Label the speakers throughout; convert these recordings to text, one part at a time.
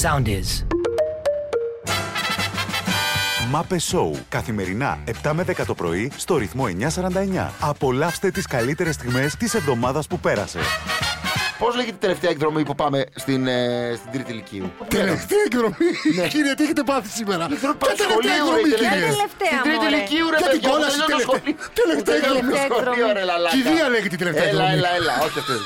Speaker 1: Sound is.
Speaker 2: Μάπε Σόου. Καθημερινά 7 με 10 το πρωί στο ρυθμό 949. Απολαύστε τις καλύτερες στιγμές της εβδομάδας που πέρασε.
Speaker 3: Πώς λέγεται η τελευταία εκδρομή που πάμε στην, ε, στην Τρίτη Λυκείου. Ναι.
Speaker 4: Τελευταία εκδρομή. Κύριε, τι έχετε πάθει σήμερα. Ποια
Speaker 3: Πάμε
Speaker 4: τελευταία
Speaker 3: σχολείο, ρε,
Speaker 4: εκδρομή,
Speaker 3: τελευταία.
Speaker 4: κύριε.
Speaker 5: Τελευταία,
Speaker 3: Στην Τρίτη
Speaker 5: μωρέ.
Speaker 3: Λυκείου, ρε
Speaker 4: Για την
Speaker 3: παιδιά,
Speaker 4: κόλαση,
Speaker 3: όταν ήταν στο
Speaker 4: τελευταία-
Speaker 3: σχολείο.
Speaker 4: τελευταία
Speaker 3: Όταν ήταν
Speaker 5: εκδρομή.
Speaker 3: στο σχολείο, ρε, λαλάκα.
Speaker 4: Κηδεία λέγεται η τελευταία
Speaker 3: Έλα,
Speaker 4: εκδρομή.
Speaker 3: έλα, έλα. Όχι αυτή.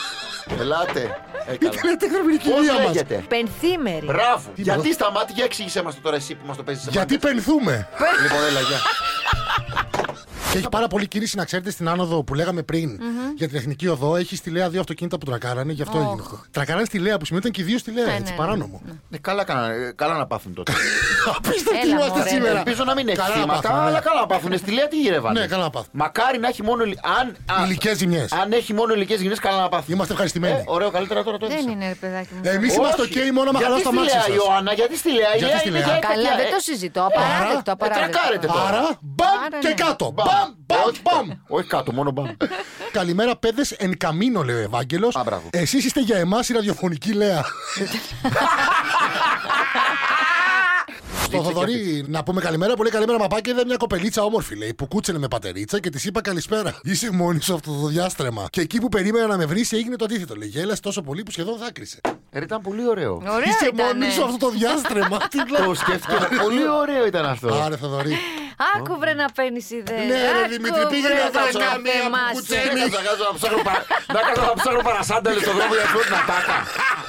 Speaker 3: Ελάτε.
Speaker 4: Η
Speaker 3: Έκανα.
Speaker 4: τελευταία εκδρομή είναι η
Speaker 3: Πώς
Speaker 4: κυρία μας.
Speaker 3: λέγεται.
Speaker 5: Πενθήμερη.
Speaker 3: Μπράβο.
Speaker 4: Τι
Speaker 3: Γιατί
Speaker 4: μπράβο.
Speaker 3: σταμάτη και εξήγησέ μας το τώρα εσύ που μας το παίζεις.
Speaker 4: Γιατί Ε! πενθούμε.
Speaker 3: Λοιπόν, έλα, γεια.
Speaker 4: Και έχει πάρα πολύ κίνηση να ξέρετε στην άνοδο που λέγαμε πριν για την εθνική οδό. Έχει στη Λέα δύο αυτοκίνητα που τρακάρανε, γι' αυτό έγινε αυτό. Τρακάρανε στη Λέα που σημαίνει ότι ήταν και οι δύο στη Λέα,
Speaker 5: Ναι,
Speaker 4: έτσι,
Speaker 5: ναι.
Speaker 4: παράνομο.
Speaker 3: Ναι, Καλά, κάνανε- καλά να πάθουν τότε.
Speaker 4: Απίστευτοι
Speaker 5: Έλα,
Speaker 4: είμαστε
Speaker 5: μωρέ.
Speaker 4: σήμερα.
Speaker 3: Ελπίζω να μην έχει
Speaker 4: Καλά να πάθουν,
Speaker 3: θύματα, αλλά
Speaker 4: ναι.
Speaker 3: καλά να πάθουν. Στη Λέα τι γυρεύανε.
Speaker 4: Ναι, καλά να πάθουν.
Speaker 3: Μακάρι να έχει μόνο. λι- Αν, α,
Speaker 4: Υλικές ζημιές.
Speaker 3: αν έχει μόνο υλικέ γυναίκε, καλά να πάθουν.
Speaker 4: Είμαστε ευχαριστημένοι.
Speaker 3: Ε, ωραίο, καλύτερα τώρα το
Speaker 5: Δεν
Speaker 3: έδειξα.
Speaker 5: είναι, ρε παιδάκι μου.
Speaker 4: Εμείς
Speaker 5: Όχι.
Speaker 4: είμαστε
Speaker 3: Όχι.
Speaker 4: οκ μόνο άμα
Speaker 3: Γιατί
Speaker 4: χαλάς τα
Speaker 3: στη
Speaker 4: μάξι
Speaker 3: Λέα,
Speaker 4: σας.
Speaker 3: Ιωάννα, γιατί στη Λέα. Η
Speaker 4: Γιατί
Speaker 3: Λέα
Speaker 4: στη
Speaker 3: είναι
Speaker 4: Λέα.
Speaker 3: για
Speaker 5: Καλά,
Speaker 3: κακιά.
Speaker 5: δεν
Speaker 3: Ε,
Speaker 5: το συζητώ.
Speaker 4: ε,
Speaker 5: Απαράδεκτο, απαράδεκτο.
Speaker 3: τρακάρετε τώρα.
Speaker 4: Άρα, μπαμ
Speaker 5: Άρα,
Speaker 4: και
Speaker 5: ναι.
Speaker 4: κάτω.
Speaker 3: Μπαμ, Ε,
Speaker 4: Μπαμ, μπαμ,
Speaker 3: όχι,
Speaker 4: μπαμ.
Speaker 3: Όχι κάτω, μόνο μπαμ.
Speaker 4: Καλημέρα, παιδες εν καμίνο, λέει ο Ευάγγελος.
Speaker 3: Α, μπράβο.
Speaker 4: Εσείς είστε για εμάς η ραδιοφωνική λέα. Στο Θοδωρή να πούμε καλημέρα, πολύ καλημέρα μαπάκι. Είδα μια κοπελίτσα όμορφη λέει που κούτσενε με πατερίτσα και της είπα καλησπέρα. Είσαι μόνη σου αυτό το διάστρεμα. Και εκεί που περίμενα να με βρεις έγινε το αντίθετο. Λέει γέλασε τόσο πολύ που σχεδόν δάκρυσε.
Speaker 3: Ε, ρε, ήταν πολύ ωραίο.
Speaker 5: Ωραίο
Speaker 4: Είσαι
Speaker 5: ήτανε.
Speaker 4: μόνη σου αυτό το διάστρεμα. Τι λέω.
Speaker 3: Το σκέφτηκα. Πολύ ωραίο ήταν αυτό.
Speaker 4: Άρε Θοδωρή.
Speaker 5: Άκου βρε να παίρνεις ιδέες.
Speaker 4: Ναι, ρε, Δημήτρη, πήγαινε να βρεις καμία κουτσένη.
Speaker 3: Ε, Να κάτσω να ψάχνω πα- να κάτσω να ψάχνω παρασάνταλες στον δρόμο για να φέρω την ατάκα.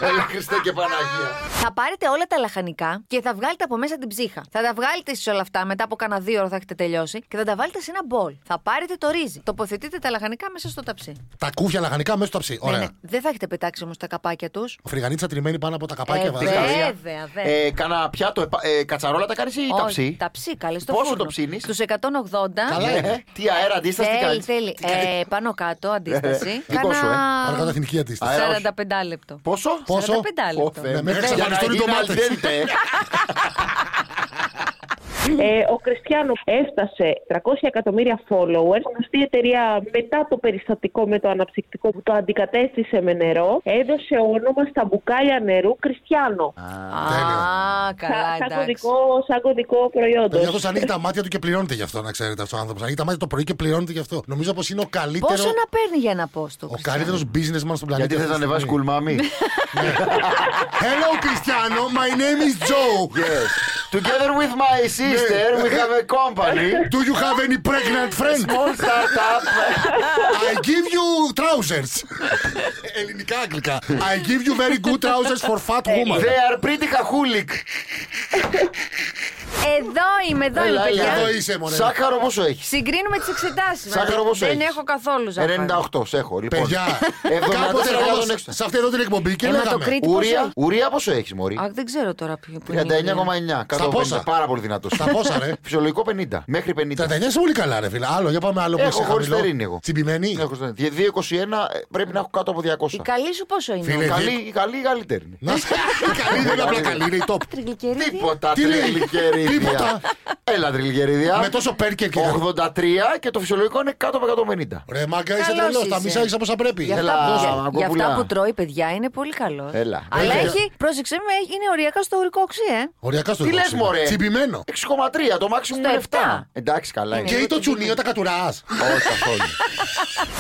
Speaker 3: Έλα, Χριστέ και Παναγία.
Speaker 5: Θα πάρετε όλα τα λαχανικά και θα βγάλετε από μέσα την ψύχα. Θα τα βγάλετε εσείς όλα αυτά μετά από κανένα δύο ώρα θα έχετε τελειώσει και θα τα βάλετε σε ένα μπολ. Θα πάρετε το ρύζι. Τοποθετείτε τα λαχανικά μέσα στο ταψί.
Speaker 4: Τα κούφια λαχανικά μέσα στο ψι.
Speaker 5: Ναι,
Speaker 4: Ωραία.
Speaker 5: ναι. Δεν θα έχετε πετάξει όμως τα καπάκια τους.
Speaker 4: Φρυγανίτσα τριμμένη πάνω από τα καπάκια
Speaker 5: Ε,
Speaker 4: βάζει.
Speaker 5: βέβαια.
Speaker 3: Καλά.
Speaker 5: βέβαια.
Speaker 3: Ε, Κάνα πιάτο, επα- ε, κατσαρόλα τα κάνεις ή τα ψή.
Speaker 5: Τα ψή, καλές στο
Speaker 3: Πόσο
Speaker 5: φούρνο.
Speaker 3: το ψήνεις?
Speaker 5: Στου 180. Ε,
Speaker 4: Καλά
Speaker 3: Ναι,
Speaker 4: είναι.
Speaker 3: Τι αέρα αντίσταση τι
Speaker 5: Θέλει,
Speaker 3: κάνεις.
Speaker 5: θέλει.
Speaker 3: Τι κάνεις.
Speaker 5: Ε, πάνω κάτω, αντίσταση.
Speaker 3: Δικό σου, ε.
Speaker 4: Παρακάτω εθνική αντίσταση.
Speaker 3: Αέρας, όχι.
Speaker 5: 45 λεπτό.
Speaker 3: Πόσο?
Speaker 4: Πόσο? Ναι,
Speaker 5: 45
Speaker 3: Ω,
Speaker 5: λεπτό.
Speaker 3: Θεέ μου.
Speaker 4: μέχρι να
Speaker 3: Για να
Speaker 4: ξεχωριστούν οι
Speaker 3: γίνει
Speaker 4: ντομάτες.
Speaker 3: al dente.
Speaker 6: Ε, ο Κριστιανός έφτασε 300 εκατομμύρια followers. Αυτή η εταιρεία μετά το περιστατικό με το αναψυκτικό που το αντικατέστησε με νερό, έδωσε όνομα στα μπουκάλια νερού Κριστιανό.
Speaker 5: Α, καλά,
Speaker 6: σαν,
Speaker 5: εντάξει.
Speaker 6: κωδικό, σαν κωδικό προϊόντος.
Speaker 4: Παιδιά, αυτό ανοίγει τα μάτια του και πληρώνεται γι' αυτό, να ξέρετε αυτός ο άνθρωπος. Ανοίγει τα μάτια το πρωί και πληρώνεται γι' αυτό. Νομίζω πως είναι ο καλύτερο.
Speaker 5: Πόσο να παίρνει για ένα πόστο.
Speaker 4: Ο καλύτερος businessman στον πλανήτη.
Speaker 3: Γιατί θες να
Speaker 4: αυτή τη
Speaker 3: ανεβάσει
Speaker 4: στιγμή.
Speaker 3: κουλμάμι.
Speaker 4: Hello, Cristiano. My name is Joe.
Speaker 3: Yes. Together with my sister, we have a company.
Speaker 4: Do you have any pregnant friend?
Speaker 3: Small startup.
Speaker 4: I give you trousers. Ελληνικά, αγγλικά. I give you very good trousers for fat woman.
Speaker 3: They are pretty kahulik.
Speaker 5: Εδώ είμαι, εδώ είμαι,
Speaker 3: Έλα, έλα.
Speaker 5: παιδιά.
Speaker 4: Εδώ είσαι, μωρέ.
Speaker 3: Σάκαρο πόσο έχεις.
Speaker 5: Συγκρίνουμε τις εξετάσεις.
Speaker 3: Σάκαρο πόσο
Speaker 5: Δεν
Speaker 3: έχεις.
Speaker 5: έχω καθόλου ζάχαρο.
Speaker 3: 98 σε έχω, λοιπόν.
Speaker 4: Παιδιά,
Speaker 3: 74
Speaker 4: κάποτε εγώ
Speaker 3: τον έξω.
Speaker 4: σε αυτή εδώ την εκπομπή και
Speaker 5: Ένα το
Speaker 4: λέγαμε.
Speaker 5: Κρήτη
Speaker 3: Ουρία,
Speaker 5: πόσο
Speaker 3: ουρία πόσο έχεις, Μωρή.
Speaker 5: Α, δεν ξέρω τώρα ποιο που είναι.
Speaker 3: 39,9. Κάτω από
Speaker 4: πόσα?
Speaker 3: 50. Πάρα πολύ δυνατός.
Speaker 4: Στα πόσα, ρε.
Speaker 3: Φυσιολογικό 50. Μέχρι 50.
Speaker 4: Τα ταινιά είσαι πολύ καλά, ρε φίλε. Άλλο, για πάμε άλλο που
Speaker 3: Έχω
Speaker 4: είσαι
Speaker 3: χωρίς
Speaker 4: χαμηλό.
Speaker 3: τερίνη εγώ.
Speaker 4: Τσιμπημένη.
Speaker 3: Έχω στο- 2,21 ε, πρέπει να έχω κάτω από 200.
Speaker 5: Η καλή σου πόσο είναι.
Speaker 4: Φίλε,
Speaker 3: Καλή, η καλή, η καλύτερη. είναι.
Speaker 4: Να είσαι καλή, δεν είναι απλά καλή, είναι η top.
Speaker 5: Τριγλικερίδη.
Speaker 3: Τίποτα
Speaker 4: Τι λέει?
Speaker 3: τριλικερίδια.
Speaker 4: Τίποτα.
Speaker 3: Έλα τριλικερίδια.
Speaker 4: Με τόσο πέρκερ και
Speaker 3: 83 και το φυσιολογικό είναι κάτω από 150.
Speaker 4: Ρε μάγκα είσαι
Speaker 5: Καλός
Speaker 4: τρελός. Τα
Speaker 5: είσαι.
Speaker 4: μισά έχεις από όσα πρέπει.
Speaker 5: Για
Speaker 3: Έλα,
Speaker 5: αυτά, που-
Speaker 3: άμα,
Speaker 5: για
Speaker 3: κοπουλά.
Speaker 5: αυτά που τρώει, παιδιά, είναι πολύ καλός.
Speaker 3: Έλα.
Speaker 5: Αλλά
Speaker 4: Έλα.
Speaker 5: έχει, πρόσεξε με, έχει- είναι οριακά στο ουρικό οξύ, ε.
Speaker 4: Οριακά στο
Speaker 3: Τι
Speaker 4: δικό
Speaker 3: λες,
Speaker 4: σου.
Speaker 3: μωρέ?
Speaker 4: Τσιμπημένο.
Speaker 3: 6,3 το μάξιμο
Speaker 5: Στο
Speaker 3: είναι 7.
Speaker 5: εφτά.
Speaker 3: Εντάξει, καλά
Speaker 5: Ναι,
Speaker 3: είναι.
Speaker 4: Και ή το τσουνίο τα κατουράς.
Speaker 3: Όχι καθόλου.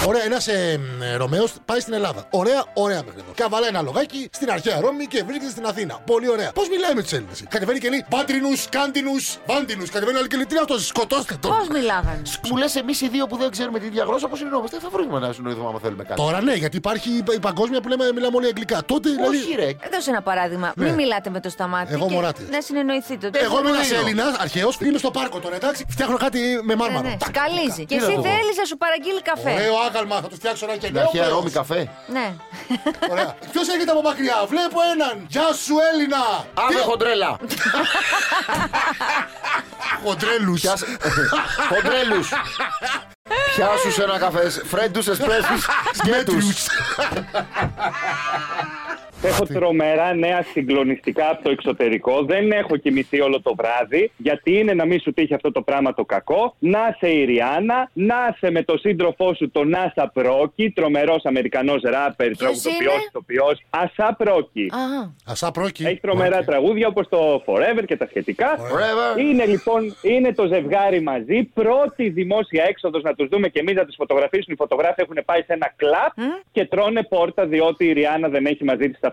Speaker 4: Ωραία, ένας ε, Ρωμαίος πάει στην Ελλάδα. Ωραία, ωραία μέχρι εδώ. Καβαλάει ένα λογάκι στην αρχαία Ρώμη και βρίσκεται στην Αθήνα. Πολύ ωραία. Πώς μιλάει με τους Έλληνες. ε? Κατεβαίνει και λέει Πάτρινους, Κάντινου, Βάντινου. Κατεβαίνει άλλο και λέει Τι είναι αυτό, σκοτώστε τον.
Speaker 5: Πώς μιλάγανε.
Speaker 3: Μου λες εμείς οι δύο που δεν ξέρουμε την ίδια γλώσσα, πώς συνεννοούμαστε. Θα βρούμε να συνοηθούμε άμα θέλουμε κάτι.
Speaker 4: Τώρα ναι, γιατί υπάρχει η η παγκόσμια που λέμε μιλάμε όλοι αγγλικά. Τότε
Speaker 3: Όχι,
Speaker 4: δηλαδή.
Speaker 3: ρε.
Speaker 5: Ε, Δώσε ένα παράδειγμα. Μην μιλάτε με το σταμάτη.
Speaker 4: Ναι. Εγώ
Speaker 5: και
Speaker 4: μωράτη.
Speaker 5: Να συνεννοηθείτε. ότι-
Speaker 4: Εγώ είμαι ένας
Speaker 3: Μουρίνιο.
Speaker 4: Έλληνας, αρχαίος, είμαι στο πάρκο τώρα, εντάξει. Φτιάχνω κάτι με
Speaker 5: Ναι,
Speaker 4: μάρμαρο.
Speaker 5: ναι,
Speaker 4: Τακ.
Speaker 5: Σκαλίζει. Και
Speaker 3: να
Speaker 5: εσύ
Speaker 3: το πω.
Speaker 5: θέλεις να σου παραγγείλει καφέ.
Speaker 4: Ωραίο άγαλμα, θα του φτιάξω ένα
Speaker 3: Στην
Speaker 4: κελιό.
Speaker 3: αρχαία Ρώμη καφέ.
Speaker 5: Ναι.
Speaker 4: Ωραία. Ποιος έρχεται από μακριά, βλέπω έναν. Γεια σου, Έλληνα!
Speaker 3: Άμε χοντρέλα.
Speaker 4: Χοντρέλους.
Speaker 3: Χοντρέλους. Πιάσου ένα καφέ. Φρέντους, εσπρέσους, σκέτου.
Speaker 4: Μέτριου.
Speaker 1: Έχω τρομερά νέα συγκλονιστικά από το εξωτερικό. Δεν έχω κοιμηθεί όλο το βράδυ. Γιατί είναι να μην σου τύχει αυτό το πράγμα το κακό. Να σε η Ριάννα, να σε με το σύντροφό σου τον Άσα Πρόκη, τρομερός Αμερικανός ράπερ, τραγουδοποιός,
Speaker 5: είναι?
Speaker 1: ηθοποιός. Άσα Πρόκη.
Speaker 5: Α,
Speaker 4: Ασά πρόκει.
Speaker 1: Έχει τρομερά τραγούδια όπως το Forever και τα σχετικά.
Speaker 3: Forever.
Speaker 1: Είναι λοιπόν, είναι το ζευγάρι μαζί. Πρώτη δημόσια έξοδος να τους δούμε και εμείς να τους φωτογραφίσουν. Οι φωτογράφοι έχουν πάει σε ένα κλαπ και τρώνε πόρτα διότι η Ριάννα δεν έχει μαζί της ταυτότητα.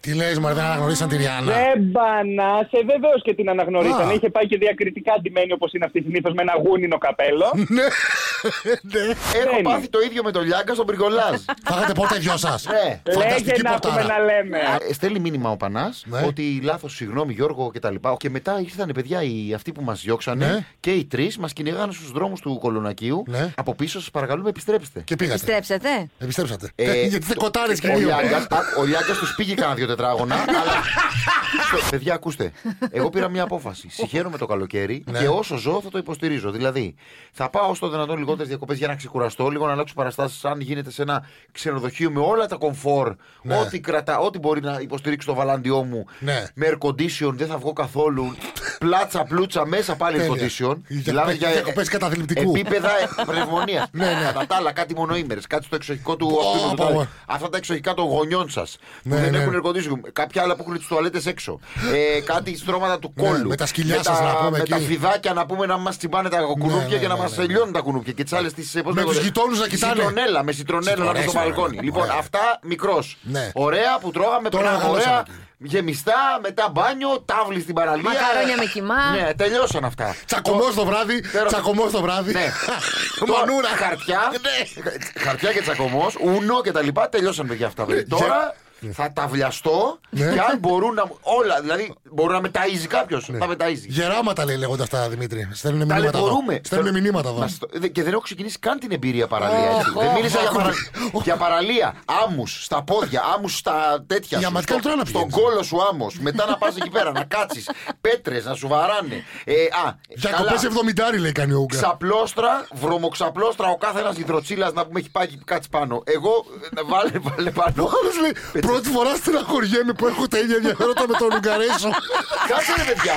Speaker 4: Τι λες, Μαρ, δεν αναγνωρίσαν τη Ριάννα.
Speaker 1: Δεν πανάσε, βεβαίως και την αναγνωρίσανε.
Speaker 4: Α.
Speaker 1: Είχε πάει και διακριτικά ντυμένη όπως είναι αυτή συνήθως με ένα γούνινο καπέλο.
Speaker 4: Ναι.
Speaker 3: Έχω
Speaker 1: Μπαίνει.
Speaker 3: πάθει το ίδιο με τον Λιάγκα στον Πριγκολάζ.
Speaker 4: Φάγατε πόρτα οι δυο σα.
Speaker 3: Ναι.
Speaker 1: Λέγε
Speaker 4: Φανταστική
Speaker 1: να έχουμε να
Speaker 4: πορτάρα.
Speaker 1: λέμε.
Speaker 3: Ε, Στέλνει μήνυμα ο Πανάς
Speaker 4: Ναι.
Speaker 3: ότι λάθος, συγγνώμη Γιώργο κτλ. Και, και μετά ήρθαν παιδιά οι, αυτοί που μας διώξανε
Speaker 4: Ναι.
Speaker 3: και οι τρεις μας κυνηγάνε στους δρόμους του Κολονακίου.
Speaker 4: Ναι.
Speaker 3: Από πίσω σας παρακαλούμε επιστρέψτε.
Speaker 4: Και πήγατε.
Speaker 5: επιστρέψετε.
Speaker 4: Επιστρέψατε.
Speaker 3: Ε,
Speaker 4: Γιατί δεν
Speaker 3: το-
Speaker 4: κοτάρε και
Speaker 3: ο
Speaker 4: οι δύο.
Speaker 3: Λιάγκας- α, Ο Λιάγκας του πήγε κανένα δύο τετράγωνα. αλλά... Στο- Παιδιά, ακούστε. Εγώ πήρα μια απόφαση. Συγχαίρομαι το καλοκαίρι
Speaker 4: Ναι.
Speaker 3: και όσο ζω θα το υποστηρίζω. Δηλαδή, θα πάω στο δυνατόν λιγότερες διακοπές για να ξεκουραστώ, λίγο να αλλάξω παραστάσεις. Αν γίνεται σε ένα ξενοδοχείο με όλα τα κομφόρ,
Speaker 4: Ναι.
Speaker 3: ό,τι κρατά, ό,τι μπορεί να υποστηρίξει το βαλάντιό μου.
Speaker 4: Ναι.
Speaker 3: Με air condition, δεν θα βγω καθόλου. Πλάτσα, πλούτσα, μέσα πάλι air
Speaker 4: Τέλεια.
Speaker 3: condition.
Speaker 4: Για- για διακοπές καταθλιπτικού.
Speaker 3: Επίπεδα πνευμονίας.
Speaker 4: Ναι, ναι.
Speaker 3: Κατά τα άλλα, κάτι μονοήμερες, κάτι στο εξοχικό του
Speaker 4: Πω,
Speaker 3: αυτού του
Speaker 4: πω,
Speaker 3: τάδε.
Speaker 4: πω.
Speaker 3: Αυτά τα εξοχικά των γονιών σας.
Speaker 4: Ναι,
Speaker 3: που δεν
Speaker 4: ναι.
Speaker 3: έχουν εργοτήσιο. Κάποια άλλα που έχουν τις τουαλέτες έξω. Ε, κάτι στρώματα του
Speaker 4: Ναι,
Speaker 3: κόλλου.
Speaker 4: με τα σκυλιά
Speaker 3: Με
Speaker 4: σας
Speaker 3: τα-
Speaker 4: να πούμε
Speaker 3: Με
Speaker 4: εκεί.
Speaker 3: τα φιδάκια να πούμε να μας τσιμπάνε τα κουνούπια
Speaker 4: ναι,
Speaker 3: και να
Speaker 4: ναι,
Speaker 3: μας
Speaker 4: ναι, ναι.
Speaker 3: λιώνουν τα κουνούπια. Και τις άλλες τις.
Speaker 4: Με τους γειτόνους να κοιτάνε.
Speaker 3: Σιτρονέλα, με σιτρονέλα να
Speaker 4: Σιτρονές,
Speaker 3: πούμε στο
Speaker 4: ναι, ναι,
Speaker 3: μπαλκόνι.
Speaker 4: ναι,
Speaker 3: Λοιπόν,
Speaker 4: ωραία.
Speaker 3: αυτά μικρός.
Speaker 4: Ναι.
Speaker 3: Ωραία που τρώγαμε
Speaker 4: Τώρα
Speaker 3: πριν. Ωραία
Speaker 4: μεγαλώσαμε
Speaker 3: γεμιστά, μετά μπάνιο, τάβλη στην παραλία.
Speaker 5: Μακαρόνια με κοιμά.
Speaker 3: Ναι, τελειώσαν αυτά.
Speaker 4: Τσακωμός το βράδυ.
Speaker 3: Ξέρω-
Speaker 4: Τσακωμός το βράδυ.
Speaker 3: Ναι.
Speaker 4: Μανούρα. Ναι.
Speaker 3: Τώρα, Χαρτιά. χα- Χαρτιά και τσακωμός. Ούνο και τα λοιπά. Τελειώσαν παιδιά αυτά. παιδιά.
Speaker 4: Ναι,
Speaker 3: Τώρα θα τα βλαστώ και αν μπορούν να. μου- Όλα. Δηλαδή μπορεί να με ταΐζει κάποιο. Θα με ταΐζει.
Speaker 4: Γεράματα λέει λέγοντα τα Δημήτρη. Στέλνουν Ναι. μηνύματα. εδώ.
Speaker 3: Ταλαιπωρούμε.
Speaker 4: Στέλνουν μηνύματα εδώ.
Speaker 3: Μας το- δε- Και δεν έχω ξεκινήσει καν την εμπειρία παραλία. έτσι. Δεν μίλησα για, παρα... για παραλία. Άμμους στα πόδια, άμμους στα τέτοια.
Speaker 4: Για
Speaker 3: σου,
Speaker 4: ματικά
Speaker 3: στο-
Speaker 4: τώρα να
Speaker 3: Στον
Speaker 4: πηγαίνεις.
Speaker 3: κόλο σου άμμος. Μετά να πας εκεί πέρα να κάτσεις. Πέτρες να σου βαράνε. Ε, α,
Speaker 4: Διακοπέ
Speaker 3: καλά.
Speaker 4: 70 λέει κάνει ο Ούγκα.
Speaker 3: Ξαπλώστρα, βρωμοξαπλώστρα, ο κάθε ένας υδροτσίλα να πούμε έχει πάει κάτι πάνω. Εγώ ε, βάλε, βάλε πάνω. Ε,
Speaker 4: Άλλος λέει πρώτη φορά στεναχωριέμαι που έχω τα ίδια ενδιαφέροντα με τον Ουγγαρέσο.
Speaker 3: Κάτσε ρε παιδιά.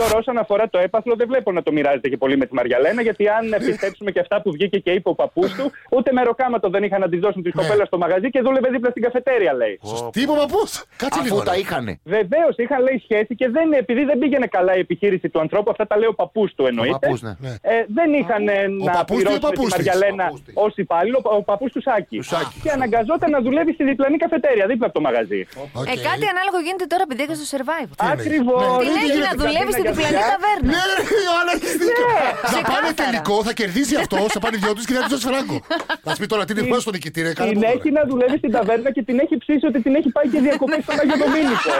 Speaker 1: Τώρα, όσον αφορά το έπαθλο, δεν βλέπω να το μοιράζεται και πολύ με τη Μαριαλένα, γιατί
Speaker 3: Ναι.
Speaker 1: αν πιστέψουμε και αυτά που βγήκε και είπε ο παππούς του, ούτε μεροκάματο δεν είχαν να τη δώσουν τη
Speaker 3: Ναι.
Speaker 1: κοπέλα στο μαγαζί και δούλευε δίπλα στην καφετέρια, λέει.
Speaker 4: Τι είπε ο παππούς. Κάτσε λίγο.
Speaker 3: Αφού τα
Speaker 4: ρε.
Speaker 3: είχανε.
Speaker 1: Βεβαίως είχαν λέει σχέση και δεν, επειδή δεν πήγαινε καλά η επιχείρηση του ανθρώπου, αυτά τα λέει ο παππούς του εννοείται.
Speaker 3: παππούς, ναι.
Speaker 4: Ναι.
Speaker 1: ε, δεν είχαν ε, να
Speaker 4: παππούς του ή
Speaker 1: πληρώσουν τη
Speaker 4: παππούς της?
Speaker 1: Μαριαλένα
Speaker 3: Παππούς της.
Speaker 1: ως υπάλληλο, ο- ο παππούς του Σάκης.
Speaker 3: Του Σάκης.
Speaker 1: Και αναγκαζόταν να δουλεύει στη διπλανή καφετέρια δίπλα από το μαγαζί.
Speaker 4: Οκ.
Speaker 5: Ε, κάτι ανάλογο γίνεται τώρα επειδή έκανε το survival.
Speaker 4: εννοείς?
Speaker 1: Ακριβώ.
Speaker 4: Ναι.
Speaker 5: Την έχεις να δουλεύεις στην διπλανή
Speaker 4: Ναι,
Speaker 5: ταβέρνα.
Speaker 4: ρε, Ιωάννα, έχεις δίκιο. Θα πάνε
Speaker 5: Ναι, Ξεκάθαρα.
Speaker 4: τελικό, θα κερδίσει αυτό, θα πάνε δυο τους και θα τους δώσει φράγκο. Θα σου πει τώρα τι είναι στον νικητή, ρε, κάνε
Speaker 1: Την
Speaker 4: που
Speaker 1: έχει να δουλεύει στην ταβέρνα και την έχει ψήσει ότι την έχει πάει και διακοπέ στον Άγιο Δομήνικο.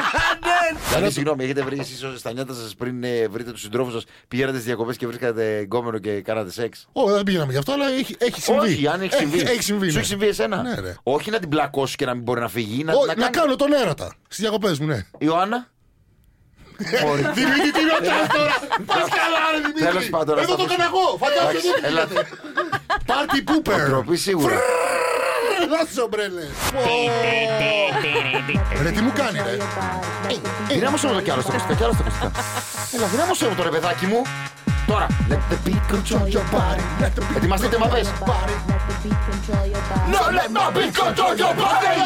Speaker 3: Δηλαδή, συγγνώμη, έχετε βρει εσείς στα νιάτα σας πριν ε, βρείτε τους συντρόφους σας, πηγαίνατε στις διακοπές και βρίσκατε εγκόμενο και κάνατε σεξ.
Speaker 4: Όχι, δεν πήγαμε γι' αυτό, αλλά έχει, έχει συμβεί.
Speaker 3: Όχι, αν έχει συμβεί.
Speaker 4: Έχει συμβεί.
Speaker 3: Σου
Speaker 4: ναι.
Speaker 3: έχει συμβεί εσένα.
Speaker 4: Ναι, ρε.
Speaker 3: Όχι να την πλακώσεις και να μην μπορεί να φύγει. Να,
Speaker 4: Ω,
Speaker 3: να
Speaker 4: να,
Speaker 3: κάνει-
Speaker 4: κάνω τον έρωτα. Στις διακοπές μου, ναι.
Speaker 3: Ιωάννα.
Speaker 4: Δημήτρη, τι ρωτά τώρα. Πα καλά, ρε Δημήτρη.
Speaker 3: Τέλος πάντων, να
Speaker 4: Εδώ το
Speaker 3: σταματήσω.
Speaker 4: έκανα εγώ. Φαντάζομαι δεν
Speaker 3: Έλα.
Speaker 4: πήγατε. Πάρτι πούπερ.
Speaker 3: Ντροπή σίγουρα.
Speaker 4: Δώσε ομπρέλε. Ρε, τι μου κάνει, ρε.
Speaker 3: Δυνάμωσε όλο κι άλλο στα ακουστικά, κι άλλο στα ακουστικά. Έλα, δυνάμωσε όλο το ρε παιδάκι μου. Τώρα. Let the beat control your body. Let the beat Ετοιμαστείτε μαπές. No, let the beat control your body.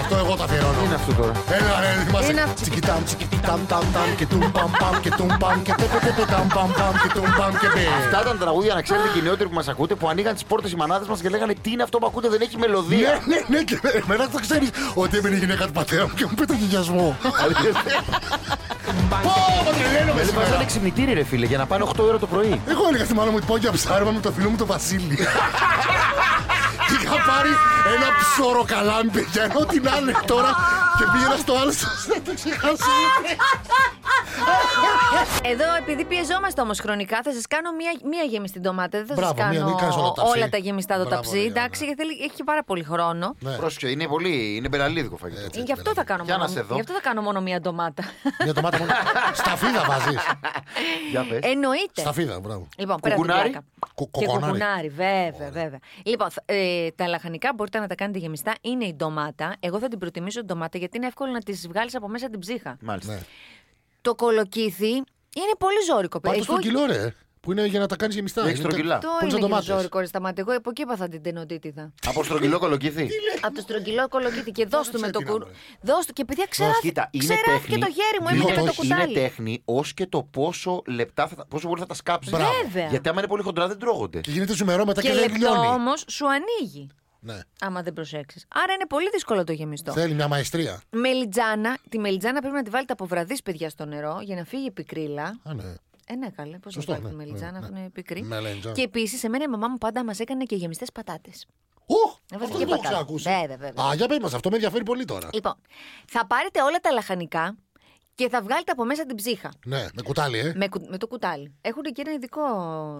Speaker 4: Αυτό εγώ τα αφιερώνω.
Speaker 3: Τι είναι αυτό τώρα.
Speaker 4: Έλα, ρε, θυμάσαι.
Speaker 5: Είναι αυτή.
Speaker 4: Τσικιτάμ, τσικιτάμ, τάμ, τάμ και τούμ, παμ, παμ και τούμ, παμ και τε, τε, τε, τε, τάμ, παμ, παμ και τούμ, παμ και μπε.
Speaker 3: Αυτά ήταν τα τραγούδια, να ξέρετε και οι νεότεροι που μας ακούτε, που ανοίγαν τις πόρτες οι μανάδες μας και λέγανε Τι είναι αυτό που ακούτε, δεν έχει μελωδία.
Speaker 4: Ναι, ναι, και μετά το ξέρεις ότι έμεινε η γυναίκα του πατέρα μου και μου πέταγε γιασμό. Πω, μα τρελαίνομαι
Speaker 3: Δεν βάζανε
Speaker 4: σήμερα.
Speaker 3: ξυπνητήρι, ρε φίλε, για να πάνε 8 ώρα το πρωί.
Speaker 4: Εγώ έλεγα στη μάνα μου ότι πάω για ψάρεμα με το φίλο μου τον Βασίλη. Και είχα πάρει ένα ψώρο καλάμπι για ό,τι να είναι τώρα και πήγαινα στο άλλο σας να το ξεχάσω.
Speaker 5: Εδώ, επειδή πιεζόμαστε όμως χρονικά, θα σας κάνω μία, μία γεμιστή ντομάτα. Δεν θα σας
Speaker 4: Μπράβο, μία,
Speaker 5: κάνω
Speaker 4: μην κάνεις όλα τα ψή.
Speaker 5: όλα τα γεμιστά το
Speaker 4: Μπράβο,
Speaker 5: ταψί.
Speaker 4: ρε,
Speaker 5: Εντάξει, γιατί θέλει- έχει και πάρα πολύ χρόνο.
Speaker 4: Ναι.
Speaker 3: Πρόσεχε, είναι πολύ. Είναι μπελαλίδικο φαγητό.
Speaker 4: Έτσι.
Speaker 5: Γι' αυτό, θα κάνω
Speaker 3: Για να
Speaker 5: μόνο,
Speaker 3: σε δω.
Speaker 5: γι' αυτό θα κάνω μόνο μία ντομάτα.
Speaker 4: Μια ντομάτα μόνο. Σταφίδα βάζεις.
Speaker 3: Για πες.
Speaker 5: Εννοείται.
Speaker 4: Σταφίδα, μπράβο.
Speaker 5: Λοιπόν, πέρα από την
Speaker 3: Κουκουνάρι.
Speaker 5: πλάκα.
Speaker 4: Κου-
Speaker 5: Και
Speaker 4: κοκονάρι.
Speaker 5: κουκουνάρι, βέβαια, βέβαια. Λοιπόν, θ- ε, τα λαχανικά μπορείτε να τα κάνετε γεμιστά. Είναι η ντομάτα. Εγώ θα την προτιμήσω την ντομάτα γιατί είναι εύκολο να τη βγάλεις από μέσα την ψύχα.
Speaker 3: Μάλιστα.
Speaker 4: Ναι.
Speaker 5: Το κολοκύθι είναι πολύ ζώρικο.
Speaker 4: Πάρ' το
Speaker 5: Εγώ-
Speaker 4: στον κιλό, ρε. Που είναι για να τα κάνεις γεμιστά.
Speaker 3: Έχεις τρογγυλά.
Speaker 5: Το
Speaker 4: Πόντσα
Speaker 5: είναι και
Speaker 4: ντομάτες.
Speaker 5: ζώρικο, ρε σταμάτη. Εγώ από εκεί είπα θα την τενοντίτιδα.
Speaker 3: Από στρογγυλό κολοκύθι.
Speaker 5: από το στρογγυλό κολοκύθι και δώσ' του με το
Speaker 4: ξέρω τι
Speaker 5: κουρού.
Speaker 4: να πω,
Speaker 5: Δώσ' του και επειδή ξέρα...
Speaker 3: Δώσ' κοίτα, είναι
Speaker 5: ξεράφηκε
Speaker 3: τέχνη.
Speaker 5: το χέρι μου,
Speaker 3: Είναι
Speaker 4: Λοιπόν,
Speaker 5: έμεινε το
Speaker 3: τέχνη.
Speaker 5: κουτάλι.
Speaker 3: Είναι τέχνη ως και το πόσο λεπτά, θα, τα- πόσο πολύ θα τα σκάψεις.
Speaker 4: Μπράβο.
Speaker 5: Βέβαια.
Speaker 3: Γιατί άμα είναι πολύ χοντρά δεν τρώγονται.
Speaker 4: Και γίνεται ζουμερό μετά και
Speaker 5: Και
Speaker 4: δεν
Speaker 5: λεπτό
Speaker 4: λιώνει.
Speaker 5: όμως σου ανοίγει.
Speaker 4: Ναι.
Speaker 5: Άμα δεν προσέξεις. Άρα είναι πολύ δύσκολο το γεμιστό.
Speaker 4: Θέλει μια μαεστρία.
Speaker 5: Μελιτζάνα. Τη μελιτζάνα πρέπει να τη βάλετε από βραδύ, παιδιά, στο νερό για να φύγει η πικρίλα.
Speaker 4: Α, ναι.
Speaker 5: Ε, ναι, καλέ. Πώς θα
Speaker 4: Σωστό,
Speaker 5: βάλει
Speaker 4: ναι,
Speaker 5: τη μελιτζάνα,
Speaker 4: ναι,
Speaker 5: αφού είναι πικρή.
Speaker 4: Μελιτζάνα.
Speaker 5: Και επίσης, εμένα η μαμά μου πάντα μας έκανε και γεμιστές πατάτες.
Speaker 4: Οχ, αυτό
Speaker 5: Έβαλε Ε, και
Speaker 4: δεν το έχω
Speaker 5: πατάτα.
Speaker 4: ξανακούσει.
Speaker 5: Βέβαια, βέβαια.
Speaker 4: Α, για πες μας, αυτό με ενδιαφέρει πολύ τώρα.
Speaker 5: Λοιπόν, θα πάρετε όλα τα λαχανικά και θα βγάλετε από μέσα την ψύχα.
Speaker 4: Ναι, με κουτάλι, ε.
Speaker 5: Με, κου- με το κουτάλι. Έχουν και ένα ειδικό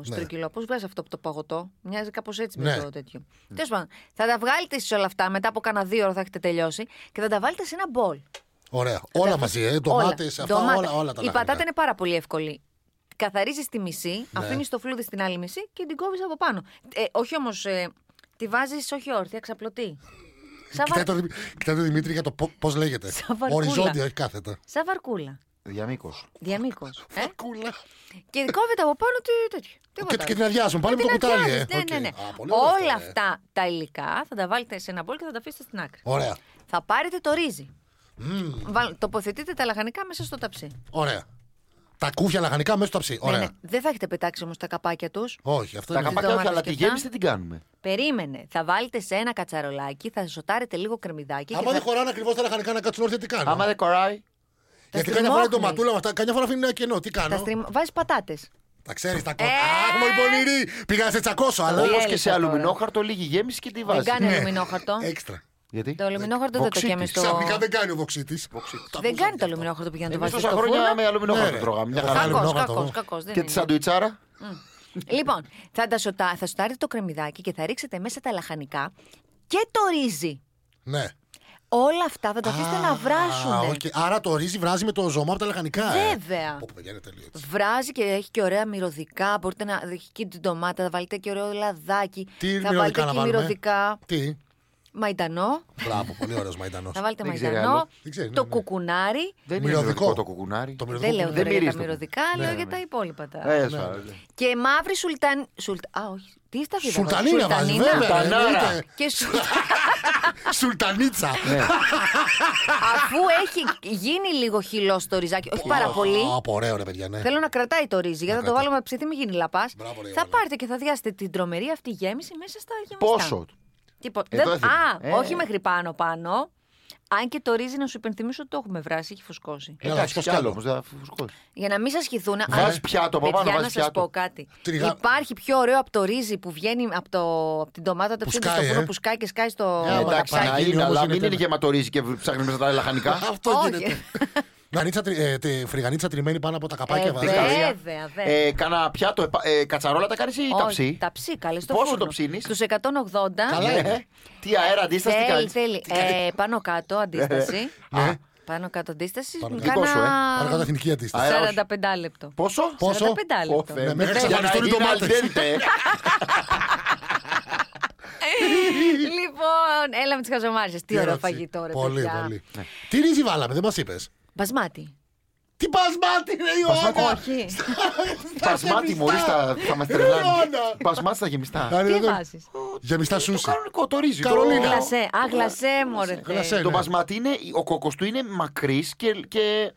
Speaker 5: στρογγυλό. Πώς βγάζεις αυτό από το παγωτό. Μοιάζει κάπως έτσι με
Speaker 4: Ναι.
Speaker 5: το τέτοιο. Τέλος πάντων, θα τα βγάλετε εσείς όλα αυτά μετά από κάνα δύο ώρα θα έχετε τελειώσει και θα τα βάλετε σε ένα μπολ.
Speaker 4: Ωραία. Όλα μαζί, ε. Ντομάτε,
Speaker 5: Όλα.
Speaker 4: αυτά,
Speaker 5: Ντομάτα.
Speaker 4: όλα, όλα τα
Speaker 5: Η
Speaker 4: λαχανικά.
Speaker 5: πατάτα είναι πάρα πολύ εύκολη. Καθαρίζεις τη
Speaker 4: Ναι.
Speaker 5: μισή, αφήνεις το φλούδι στην άλλη μισή και την κόβεις από πάνω. Ε, όχι όμως. Ε, τη βάζεις όχι όρθια, ξαπλωτή. Σαν, βα-
Speaker 4: Κοιτάξτε τον Δημ- Κοιτάξτε τον Δημήτρη για το πώς λέγεται.
Speaker 5: Σαν βαρκούλα.
Speaker 4: Οριζόντια, όχι κάθετα.
Speaker 5: σαν βαρκούλα.
Speaker 3: Διαμήκος.
Speaker 5: Διαμήκος. ε?
Speaker 4: Κούλα.
Speaker 5: Και κόβεται από πάνω τη τέτοιο. Τίποτα
Speaker 4: Και,
Speaker 5: άλλο.
Speaker 4: και την αδειάζουν πάλι με
Speaker 5: Και
Speaker 4: το
Speaker 5: την
Speaker 4: κουτάλι, ε.
Speaker 5: αδειάζεις. Ναι, ναι,
Speaker 4: Οκ.
Speaker 5: ναι.
Speaker 4: Α, πολύ ωραίο
Speaker 5: Όλα
Speaker 4: αυτό, ε.
Speaker 5: αυτά τα υλικά θα τα βάλετε σε ένα μπολ και θα τα αφήσετε στην άκρη.
Speaker 4: Ωραία.
Speaker 5: Θα πάρετε το ρύζι. Βάλ- τοποθετείτε τα λαχανικά μέσα στο ταψί.
Speaker 4: Ωραία. Τα κούφια λαχανικά μέσα στο ταψί.
Speaker 5: Ναι, ναι.
Speaker 4: Ωραία.
Speaker 5: Δεν θα έχετε πετάξει όμως τα καπάκια τους.
Speaker 4: Όχι, αυτό
Speaker 3: Τα
Speaker 4: είναι.
Speaker 3: καπάκια όχι,
Speaker 5: ντομάτες
Speaker 3: αλλά
Speaker 5: και
Speaker 3: τη
Speaker 5: αυτά.
Speaker 3: γέμιση τι την κάνουμε.
Speaker 5: Περίμενε. Θα βάλετε σε ένα κατσαρολάκι, θα ζωτάρετε λίγο κρεμμυδάκι.
Speaker 4: Άμα δεν
Speaker 5: θα...
Speaker 4: χωράνε ακριβώς τα λαχανικά να κάτσουν όρθια, τι κάνω.
Speaker 3: Άμα δεν κοράει.
Speaker 4: Γιατί
Speaker 5: τα
Speaker 4: καμιά φορά είναι
Speaker 5: στριμώχνεις.
Speaker 4: ντοματούλα με αυτά, καμιά φορά αφήνει ένα κενό. Τι
Speaker 5: τα
Speaker 4: κάνω.
Speaker 5: στριμ... Ε! Βάζεις πατάτες.
Speaker 4: Τα ξέρεις, τα κόμματα. Αχ, μου πονηρή. Πήγα να σε τσακώσω, αλλά.
Speaker 5: Ωραία.
Speaker 3: Όπω
Speaker 5: έλειπα
Speaker 3: και σε
Speaker 5: τώρα.
Speaker 3: αλουμινόχαρτο λίγη γέμιση και τη
Speaker 5: Δεν
Speaker 3: βάζεις.
Speaker 4: ναι.
Speaker 5: κάνει αλουμινόχαρτο.
Speaker 4: Έξτρα.
Speaker 3: Γιατί.
Speaker 5: Το αλουμινόχαρτο δεν το
Speaker 3: Βοξίτης.
Speaker 5: καίμε στο.
Speaker 4: Ε, Ξαφνικά δεν κάνει ο βοξίτης.
Speaker 5: Δεν κάνει το αλουμινόχαρτο που για να το
Speaker 3: Εμεί
Speaker 5: βάζεις
Speaker 3: τόσα
Speaker 5: στο
Speaker 3: χρόνια
Speaker 5: φούρνο.
Speaker 3: με
Speaker 4: Ναι,
Speaker 3: αλουμινόχαρτο
Speaker 4: ρε.
Speaker 3: τρώγαμε. Μια
Speaker 4: Εγώ
Speaker 3: χαρά.
Speaker 4: κάνω
Speaker 5: Κακό,
Speaker 4: αλουμινόχαρτο,
Speaker 5: κακό,
Speaker 4: εγώ.
Speaker 5: κακό. δεν
Speaker 3: Και
Speaker 5: είναι.
Speaker 3: τη σαντουιτσάρα.
Speaker 5: Λοιπόν, θα, τα σωτά, θα σωτάρετε το κρεμμυδάκι και θα ρίξετε μέσα τα λαχανικά και το ρύζι.
Speaker 4: Ναι.
Speaker 5: Όλα αυτά θα τα αφήσετε να
Speaker 4: Α,
Speaker 5: βράσουν.
Speaker 4: οκ. Άρα το ρύζι βράζει με το ζωμό από τα λαχανικά. ε.
Speaker 5: Βέβαια.
Speaker 4: Πω, παιδιά, είναι τέλειο έτσι.
Speaker 5: Βράζει και έχει και ωραία μυρωδικά. Μπορείτε να έχει και την ντομάτα, θα βάλετε και ωραίο λαδάκι.
Speaker 4: Τι
Speaker 5: θα
Speaker 4: μυρωδικά
Speaker 5: βάλετε
Speaker 4: να
Speaker 5: και
Speaker 4: βάλουμε.
Speaker 5: μυρωδικά.
Speaker 4: Τι.
Speaker 5: Μαϊντανό.
Speaker 4: Μπράβο, πολύ ωραίος μαϊντανός.
Speaker 5: Θα βάλετε
Speaker 3: Δεν ξέρει
Speaker 5: μαϊντανό.
Speaker 3: άλλο.
Speaker 4: Δεν ξέρει, ναι,
Speaker 5: Το
Speaker 4: ναι.
Speaker 5: κουκουνάρι.
Speaker 3: Δεν είναι
Speaker 4: Μυρωδικό.
Speaker 3: μυρωδικό το κουκουνάρι.
Speaker 4: Το
Speaker 5: Δεν λέω
Speaker 4: μυρωδικό.
Speaker 5: τώρα για τα
Speaker 3: μυρίζει το-
Speaker 5: μυρωδικά,
Speaker 4: Ναι,
Speaker 5: λέω για τα υπόλοιπα. τα-
Speaker 3: Ε, σφα-
Speaker 5: Και μαύρη σουλτάν. σουλτ- Α, όχι. Τι στα φύλλα.
Speaker 4: Σουλτανίνα βάζεις, βέβαια.
Speaker 3: Σουλτανάρα.
Speaker 4: εννοείται.
Speaker 5: Και σουλτ-
Speaker 4: Σουλτανίτσα.
Speaker 5: Ναι. Αφού έχει γίνει λίγο χυλό το ριζάκι, όχι πάρα πολύ.
Speaker 4: Α, Ωραίο, ρε παιδιά, ναι.
Speaker 5: Θέλω να κρατάει το ρύζι, γιατί θα το
Speaker 4: κρατάει.
Speaker 5: βάλουμε ψηθή, μην γίνει λαπάς.
Speaker 4: Μπράβο, ρε,
Speaker 5: Θα
Speaker 4: Ιωάννα.
Speaker 5: πάρετε και θα διάσετε την τρομερή αυτή γέμιση μέσα στα γεμιστά.
Speaker 3: Πόσο.
Speaker 5: Τίπο...
Speaker 3: Εδώ
Speaker 5: δεν-
Speaker 3: έφυγε.
Speaker 5: Α,
Speaker 3: Ε.
Speaker 5: όχι μέχρι πάνω πάνω. Αν και το ρύζι να σου υπενθυμίσω ότι το έχουμε βράσει, έχει φουσκώσει.
Speaker 3: Εντάξει,
Speaker 4: φουσκώσει
Speaker 3: κι άλλο
Speaker 4: άλλο.
Speaker 3: όμως. Δεν θα φουσκώσει.
Speaker 5: Για να μην σας χυθούν.
Speaker 3: Βάζεις πιάτο από πάνω,
Speaker 5: Παιδιά, να
Speaker 3: βάζεις
Speaker 5: σας
Speaker 3: πιάτο.
Speaker 5: πω κάτι.
Speaker 4: Τριγά-
Speaker 5: Υπάρχει πιο ωραίο από το ρύζι που βγαίνει από, το... από την τομάτα όταν
Speaker 4: Που
Speaker 5: ψήνεις στο
Speaker 4: σκάει,
Speaker 5: φούρνο
Speaker 4: ε.
Speaker 5: που σκάει και σκάει στο.
Speaker 4: Ε,
Speaker 5: ταψί.
Speaker 3: Εντάξει, να
Speaker 4: Παναγίνη
Speaker 3: γίνει,
Speaker 4: όμως
Speaker 3: αλλά
Speaker 4: γίνεται
Speaker 3: μην είναι
Speaker 4: ένα.
Speaker 3: γεματο ρύζι και ψάχνεις μέσα τα λαχανικά.
Speaker 4: Αυτό
Speaker 5: Όχι.
Speaker 4: γίνεται. Γανίτσα, τρι- ε, τη φρυγανίτσα τριμμένη πάνω από τα καπάκια
Speaker 5: Ε,
Speaker 4: βάζει.
Speaker 5: βέβαια,
Speaker 3: Καρδιά.
Speaker 5: βέβαια.
Speaker 3: Ε, Κάνα πιάτο, επα- ε, κατσαρόλα τα κάνεις ή τα
Speaker 5: Όχι,
Speaker 3: ψή.
Speaker 5: τα ψή, καλέ. στο
Speaker 3: Πόσο
Speaker 5: φούρνο.
Speaker 3: το ψήνεις?
Speaker 5: Στους 180.
Speaker 4: Καλά
Speaker 3: Ε,
Speaker 4: είναι.
Speaker 3: Τι αέρα αντίσταση, τι
Speaker 5: Θέλει,
Speaker 3: κάνει.
Speaker 5: θέλει. Ε, πάνω κάτω αντίσταση.
Speaker 4: Ναι.
Speaker 5: Πάνω κάτω αντίσταση.
Speaker 4: Πάνω
Speaker 5: μου
Speaker 3: κάτω. Δικό σου, ε.
Speaker 4: Άρα κατά
Speaker 5: Κάνα
Speaker 4: εθνική αντίσταση.
Speaker 3: Αέρα, όχι.
Speaker 5: 45 λεπτό.
Speaker 3: Πόσο? ε.
Speaker 4: Πόσο?
Speaker 5: 45 λεπτό.
Speaker 3: Ωφε,
Speaker 4: Ναι, μέχρι
Speaker 3: για να
Speaker 4: εξαφανιστούν οι
Speaker 3: γίνει
Speaker 4: ντομάτες.
Speaker 3: al dente.
Speaker 5: λοιπόν, έλα με τις χαζομάρες. Τι ωραίο
Speaker 4: Έτσι.
Speaker 5: φαγητό, ρε
Speaker 4: Πολύ,
Speaker 5: παιδιά. Ναι.
Speaker 4: πολύ. Τι ρύζι βάλαμε, δεν μας είπες.
Speaker 5: Μπασμάτι.
Speaker 4: Τι πασμάτι, ρε Ιωάννα!
Speaker 5: Όχι.
Speaker 3: Πασμάτι μωρή θα θα μας τρελάνεις.
Speaker 4: Ιωάννα.
Speaker 3: Πασμάτι στα γεμιστά. Ε,
Speaker 4: Άρα
Speaker 5: Τι
Speaker 4: εδώ-
Speaker 5: βάζεις.
Speaker 4: Γεμιστά
Speaker 3: Το
Speaker 4: σούσι.
Speaker 3: κανονικό το ρύζι. το- Ε,
Speaker 4: Καρολίνα.
Speaker 5: Γλασέ. Α, γλασέ, μωρέ.
Speaker 4: Γλασέ,
Speaker 5: Θεέ.
Speaker 3: Το
Speaker 4: ναι.
Speaker 3: πασμάτι είναι, ο κόκκος του είναι μακρύς και, και,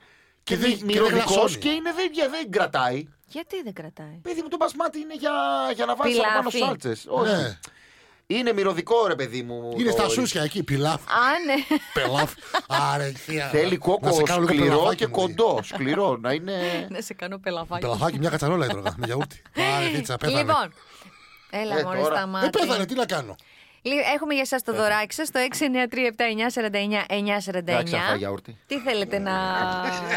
Speaker 3: και,
Speaker 4: δεν- και δεν
Speaker 3: μυρωδικός
Speaker 4: γλασώνει.
Speaker 3: και είναι, δεν, δεν κρατάει.
Speaker 5: Γιατί δεν κρατάει.
Speaker 3: Παιδί μου, το πασμάτι είναι για, για να βάζεις
Speaker 5: Πιλάφι.
Speaker 3: πάνω σάλτσες.
Speaker 4: Ναι.
Speaker 3: Όχι. Είναι μυρωδικό ρε παιδί μου.
Speaker 4: Είναι
Speaker 3: το
Speaker 4: στα
Speaker 3: ρύζι.
Speaker 4: σούσια εκεί, πιλάφ.
Speaker 5: Α, ναι.
Speaker 4: Πελάφ. Άρα θεία.
Speaker 3: Θέλει
Speaker 4: Να σε
Speaker 3: κόκο
Speaker 4: κάνω λίγο
Speaker 3: σκληρό
Speaker 4: πελαφάκι
Speaker 3: και
Speaker 4: μου, δηλαδή.
Speaker 3: κοντό. Σκληρό να είναι.
Speaker 5: Να σε κάνω
Speaker 4: λέει.
Speaker 5: πελαφάκι.
Speaker 4: Πελαφάκι, μια κατσαρόλα έτρωγα με γιαούρτι. Πάρε, δίτσα, πέθανε.
Speaker 5: Ε, Λοιπόν, έλα,
Speaker 3: Ε,
Speaker 5: μωρέ,
Speaker 3: τώρα.
Speaker 5: σταμάτη.
Speaker 4: Ε, πέθανε, τι να κάνω.
Speaker 5: Λι- Έχουμε για εσά το δωράκι σας το 693-7-949-949.
Speaker 3: Εντάξει, θα φάω γιαούρτι. Ε,
Speaker 5: Τι θέλετε να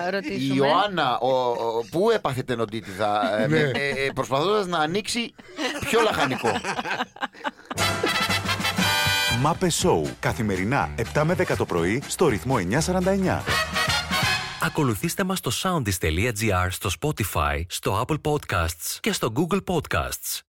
Speaker 3: Η
Speaker 5: ρωτήσουμε.
Speaker 3: Ιωάννα, ο, ο- πού έπαθε την οντίτιδα, ε,
Speaker 4: Ναι.
Speaker 3: με- ε, ε, προσπαθώντας να ανοίξει πιο λαχανικό.
Speaker 2: Μάπε Σόου. Καθημερινά 7 με 10 το πρωί στο ρυθμό 949.
Speaker 7: Ακολουθήστε μας στο soundis.gr, στο Spotify, στο Apple Podcasts και στο Google Podcasts.